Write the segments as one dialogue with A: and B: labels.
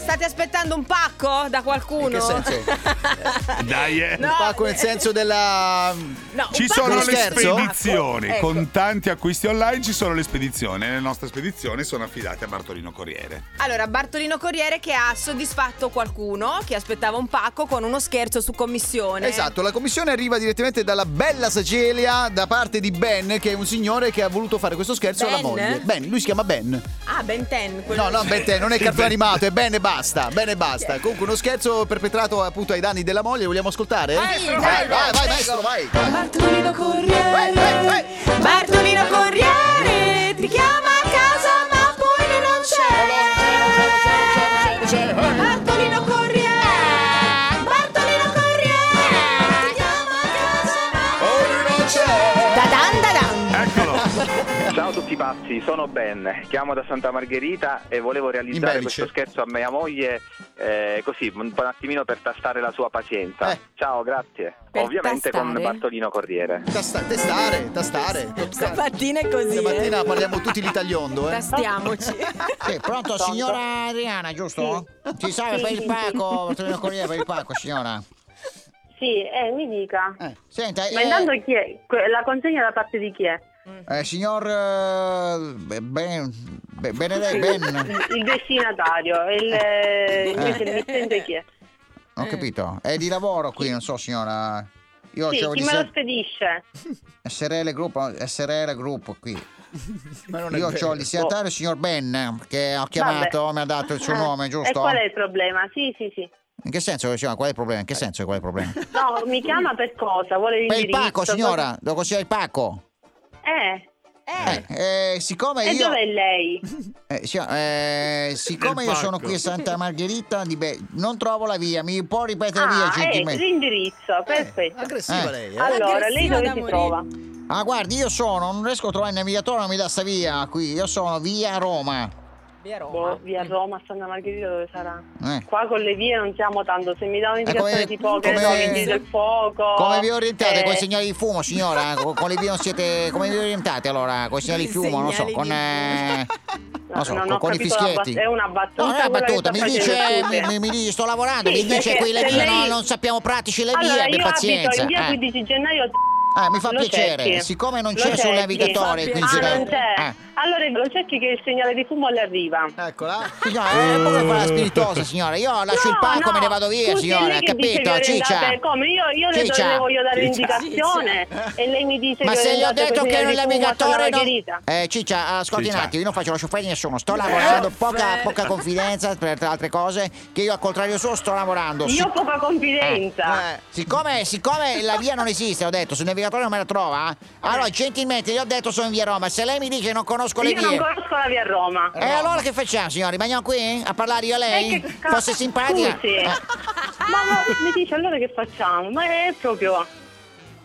A: State aspettando un pacco da qualcuno?
B: che senso?
C: Dai, eh.
A: No.
B: Un pacco nel senso della...
A: No, un
C: Ci
A: pacco
C: sono
A: di
C: le
B: scherzo?
C: spedizioni,
A: Ecco.
C: con tanti acquisti online ci sono le spedizioni e le nostre spedizioni sono affidate a Bartolino Corriere.
A: Allora, Bartolino Corriere che ha soddisfatto qualcuno che aspettava un pacco con uno scherzo su commissione.
B: Esatto, la commissione arriva direttamente dalla bella Sicilia da parte di Ben, che è un signore che ha voluto fare questo scherzo alla
A: Ben?
B: moglie. Ben, lui si chiama Ben.
A: Ah, Ben Ten. quello-
B: No, no, Ben te, non è cartone animato, è Ben e basta, Ben e basta. Comunque uno scherzo perpetrato appunto ai danni della moglie, vogliamo ascoltare?
A: Vai,
B: vai,
A: vai, vai,
B: vai, vai,
A: prego.
B: maestro, vai.
A: Bartolino
B: Vai, vai, vai.
A: Corriere. Bartolino Corriere ti chiama a casa ma poi lui non c'è. Bartolino Corriere. Bartolino Corriere ti chiama a casa ma da dan da dan.
C: Eccolo!
D: Ciao a tutti pazzi, sono Ben, chiamo da Santa Margherita e volevo
B: In
D: realizzare
B: Belice.
D: questo scherzo a mia moglie eh, così, un po' un attimino per tastare la sua pazienza.
B: Eh.
D: Ciao, grazie.
A: Per
D: Ovviamente con
A: tastare?
D: Bartolino Corriere.
B: Tasta- testare, tastare. tastare.
A: Stamattina è così.
B: Stamattina
A: eh.
B: parliamo tutti l'itagliondo, eh.
A: Tastiamoci.
E: Sì, pronto, signora Adriana, giusto? Ci serve per il pacco, Bartolino Corriere per il pacco, signora.
F: Sì, eh, mi dica.
B: Eh.
E: Senta,
F: Ma
E: eh,
F: intanto chi è? Que- La consegna da parte di chi è?
E: eh, signor eh, Be- ben, Be- Benedetto, Ben,
F: Il destinatario, il, eh, invece il mittente chi è?
E: ho capito. È di lavoro qui, non so, signora. Io
F: Eh. Sì,
E: c'ho
F: chi
E: di
F: me lo
E: ser-
F: spedisce?
E: SRL Gruppo, SRL Gruppo qui.
B: Ma non è
E: Io ho
B: vero.
E: il destinatario, signor Ben, che ho chiamato,
F: Vabbè.
E: mi ha dato Esatto, il suo
F: Eh,
E: nome,
F: E
E: giusto?
F: qual è il problema? Sì, sì, sì.
E: In che senso, signora, qual è il problema? In che senso, qual è il problema?
F: No, mi chiama per cosa? Vuole
E: Per il
F: l'indirizzo?
E: pacco, signora, devo consigliare il pacco.
F: Eh,
A: Eh,
E: Eh, eh, siccome
F: e
E: io...
F: dov'è lei?
E: Eh, signor- eh, siccome
C: Nel
E: io sono
C: pacco.
E: qui a Santa Margherita, di Be- non trovo la via, mi può ripetere via
F: Ah, eh,
E: gentilmente?
F: l'indirizzo,
B: Eh,
F: perfetto.
B: aggressiva
E: Eh.
B: lei, eh.
F: Allora,
A: Aggressiva
F: lei dove
A: da
F: si
A: morire.
F: trova?
E: Ah, guardi, io sono, non riesco a trovare il navigatore, non mi dà sta via qui, io sono via Roma.
A: via Roma.
F: Boh, via Roma, Santa Margherita dove sarà?
E: Eh.
F: Qua con le vie non siamo tanto, se mi dà un'indicazione
E: Eh, come-
F: tipo che ne so,
E: come-
F: vigili del fuoco...
E: Come vi orientate
F: eh,
E: con i segnali di fumo, signora? Co- con le vie non siete. Come vi orientate allora? Con i segnali di
A: I
E: fumo, non so,
A: segnali
E: con.
A: di
E: eh, non so,
F: no, non
E: con,
F: ho
E: con i
F: capito la
E: fischietti.
F: bat- è una battuta
E: No, non è una
F: quella che
E: battuta, mi
F: sta
E: dice,
F: facendo
E: mi,
F: tu.
E: mi- mi dice, sto lavorando, mi
F: Sì,
E: dice
F: perché
E: qui le
F: se
E: vie,
F: lei-
E: no, non sappiamo pratici le vie,
F: Allora,
E: abbia
F: io abito
E: pazienza.
F: in via
E: eh.
F: 15 gennaio...
E: Ah, mi fa
F: Lo
E: piacere,
F: cerchi.
E: siccome non
F: Lo
E: c'è sul
F: cerchi.
E: navigatore,
A: Mi fa
E: quindi
F: Ah,
A: piacere.
E: dai-
F: non c'è.
E: eh.
F: Allora lo cerchi che il segnale di fumo le arriva.
B: Eccola.
E: Signora, eh, come fa la spiritosa, signora? Io lascio il pacco
F: no,
E: e me ne vado via,
F: scusi, è
E: signora,
F: lei che dice
E: capito?
F: che
E: Ciccia.
F: orientate- Come? Io, io le, do-
E: Ciccia.
F: le voglio dare
C: Ciccia.
F: l'indicazione e lei mi dice
E: Ma
F: che
E: se gli ho
F: orientate
E: detto
F: col
E: che
F: segnale
E: il
F: di fumo a Santa
E: navigatore non...
F: Margherita.
E: Eh, Ciccia, ascolti
C: Ciccia.
E: un attimo, io non faccio la sciopera di nessuno, sto
F: Eh,
E: lavorando, poca,
A: beh.
E: poca confidenza per altre cose, che io al contrario suo sto lavorando. Sic-
F: Io poca confidenza.
B: Eh.
E: siccome, siccome la via non esiste, ho detto, sul navigatore non me la trova, allora gentilmente gli ho detto sono in via Roma, se lei mi dice che non conosco le
F: Eh. Io non
E: vie... Eh.
F: conosco la via Roma.
E: E allora che facciamo, signori? Veniamo qui a parlare io a lei?
F: Eh, che ca-
E: Fosse simpatica?
F: Scusi.
E: Eh,
F: Ma, ma mi dice allora che facciamo? Ma è proprio.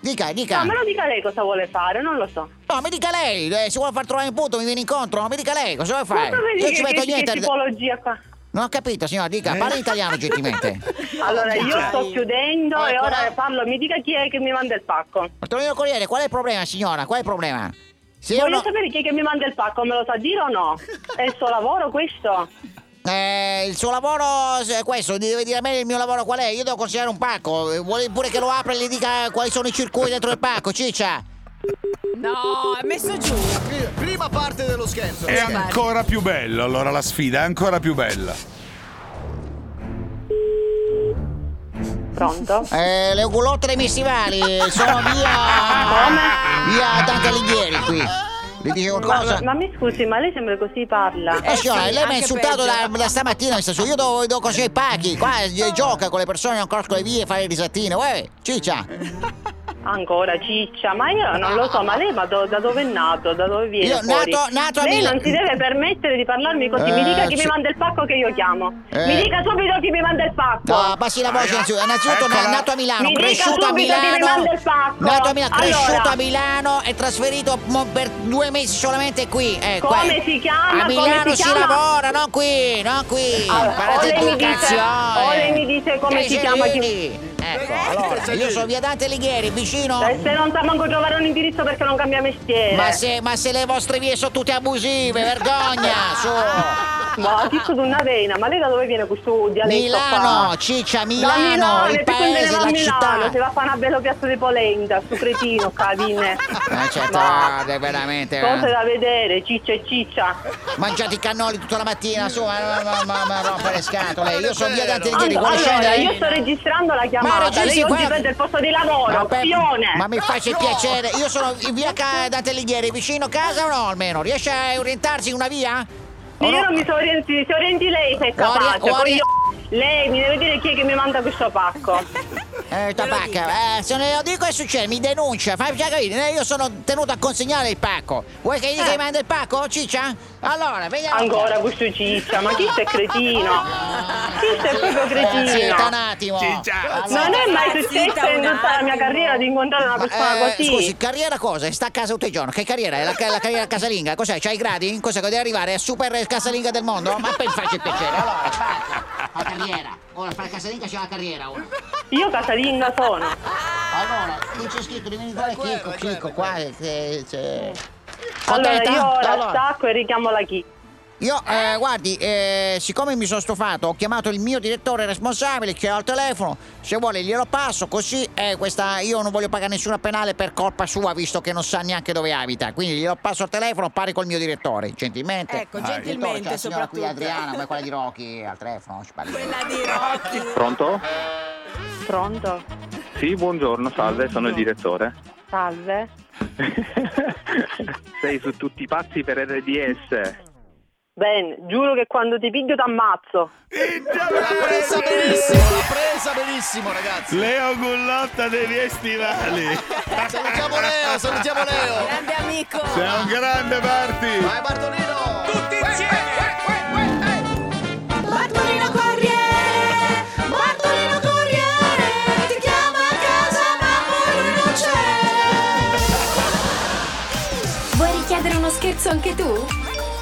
E: dica, dica.
F: No, me lo dica lei cosa vuole fare, non lo so.
E: No, mi dica lei, eh, se vuole far trovare un punto mi viene incontro, no? mi dica lei, cosa vuole
F: Ma
E: fare?
F: come
E: Io
F: dice
E: ci
F: che,
E: metto
F: che
E: niente.
F: tipologia qua?
E: Non ho capito, signora, dica, parla in italiano gentilmente.
F: Allora, io
A: dai.
F: sto chiudendo e
B: Ecco,
F: ora
B: eh.
F: parlo, mi dica chi è che mi manda il pacco.
E: Bartolomeo Corriere, qual è il problema, signora? Qual è il problema? Se io
F: Voglio
E: no-
F: sapere chi è che mi manda il pacco, me lo sa dire o no? È il suo lavoro questo?
E: eh, il suo lavoro se è questo, deve dire a me il mio lavoro qual è, io devo consigliare un pacco, eh, vuole pure che lo apra e gli dica quali sono i circuiti dentro il pacco, ciccia.
A: No, è messo giù.
B: Pri- Prima parte dello scherzo.
E: Eh,
C: È ancora più bello, allora la sfida è ancora più bella.
F: Pronto?
E: Eh, le oculotte dei missivali sono via. Via Dante Alighieri qui. Le dice qualcosa?
F: Ma mi scusi, ma lei sempre così parla.
E: Eh signora,
A: sì,
E: lei mi ha
A: anche
E: insultato da,
A: peggio.
E: da stamattina, nel senso, io devo, devo consigliare i pacchi, qua eh, gioca con le persone, non conosco le vie, fare le risatine, uè, ciccia.
F: Ancora ciccia, ma io non lo so, ma lei ma do- da dove è nato? Da dove viene?
E: Io
F: fuori?
E: nato- nato a
F: lei
E: Milano.
F: non si deve permettere di parlarmi così,
E: Eh,
F: mi dica chi
E: sì.
F: mi manda il pacco che io chiamo.
E: Eh.
F: Mi dica subito chi mi manda il pacco.
E: No, passi la voce innanzitutto, innanzitutto
C: Eccola.
E: na- nato a Milano,
F: Mi dica
E: cresciuto a
F: subito che mi
E: Milano,
F: manda il pacco.
E: nato a Milano,
F: Allora.
E: cresciuto a Milano e trasferito mo- per due mesi solamente qui. eh, qua.
F: Come si chiama?
E: A Milano
F: Come si
E: si,
F: chiama?
E: lavora, non qui, non qui.
F: Allora,
E: Parlate
F: o lei
E: tu,
F: mi dice-
E: cazzo,
F: o
E: eh.
F: lei mi dice come si
E: Sei
F: chiama chi-
E: lì. Ecco, allora, io sono via Dante Alighieri, vicino...
F: Eh, Se non sa manco trovare un indirizzo perché non cambia mestiere. Ah,
E: Ma se, ma se le vostre vie sono tutte abusive, vergogna, su!
F: Ma chicco d'una vena, ma lei da dove viene questo dialetto
E: Milano,
F: qua?
E: Ciccia,
F: da
E: Milano,
F: ah, Milano,
E: il
F: e poi se ne va
E: paese, la
F: a Milano,
E: città.
F: se va a fare una bella piazza di polenta, su cretino, cavine.
E: Ma c'è
F: Ma-
E: tardi, certo, veramente.
F: Cose
E: eh.
F: da vedere, ciccia e ciccia.
E: Mangiate i cannoli tutta la mattina, su, eh, ma, ma, ma, ma rompe le scatole. Io sono via da te,
F: Allora,
E: vuole scendere?
F: io sto registrando la chiamata,
E: registri
F: lei oggi
E: qua-
F: perde il posto di lavoro,
E: Vabbè,
F: coglione.
E: ma mi faccia il piacere, io sono in via Ca- Dante Alighieri, vicino casa o no almeno? Riesce a orientarsi in una via?
F: Io non mi sono orienti, si orienti lei se è
E: Guardi-
F: capace, poi
E: guardi-
F: io- lei mi deve dire chi è che mi manda questo pacco.
E: Eh, tabacca, eh, se ne lo dico che succede, mi denuncia, fai già capire, eh, io sono tenuto a consegnare il pacco. Vuoi che gli
F: Eh.
E: manda il pacco, ciccia? Allora, vediamo.
F: Ancora questo ciccia, ma chi sei cretino? Chi sei proprio
E: Ah. Eh, zitta un
F: cretino?
E: attimo.
C: Ciccia.
F: Non è mai
A: Zitta un
F: successo in tutta la mia
A: attimo.
F: carriera di incontrare una persona
E: Ma, eh,
F: così.
E: scusi, carriera cosa? Sta a casa tutto il giorno. Che carriera? È la, ca- la carriera casalinga? Cos'è? C'hai i gradi? Cos'è? Devi arrivare a super casalinga del mondo? Ma per farci il piacere, allora, basta. La carriera. Ora, fare casalinga c'è la carriera ora.
F: Io casalinga sono.
E: Allora, qui c'è scritto di venire qua, Chicco, Chicco, qua, eh, c'è...
F: Allora
E: Contenta?
F: io ora
E: Allora.
F: stacco e richiamo la chi.
E: Io, eh, guardi, eh, siccome mi sono stufato, ho chiamato il mio direttore responsabile che ho al telefono. Se vuole glielo passo, così eh, questa, io non voglio pagare nessuna penale per colpa sua, visto che non sa neanche dove abita. Quindi glielo passo al telefono, pari col mio direttore, gentilmente.
A: Ecco,
E: Ah, Il
C: Dai.
E: direttore, c'è
A: gentilmente
E: la signora qui,
A: soprattutto.
E: Adriana, come quella di Rocky, al telefono, non ci parli.
A: Quella di Rocky.
D: Pronto?
F: Pronto?
D: Sì, buongiorno, salve, sono il direttore.
F: Salve.
D: Sei su tutti i pazzi per RDS.
F: Bene, giuro che quando ti piglio t'ammazzo.
B: L'ha presa benissimo, l'ha presa benissimo, ragazzi.
C: Leo Gullotta dei miei stivali.
B: Salutiamo Leo, salutiamo Leo.
A: Grande amico.
C: Sei un grande Marti.
B: Vai Bartolino.
A: Bartolino Corriere, Bartolino Corriere, ti chiama a casa ma poi lui non c'è.
G: Vuoi richiedere uno scherzo anche tu?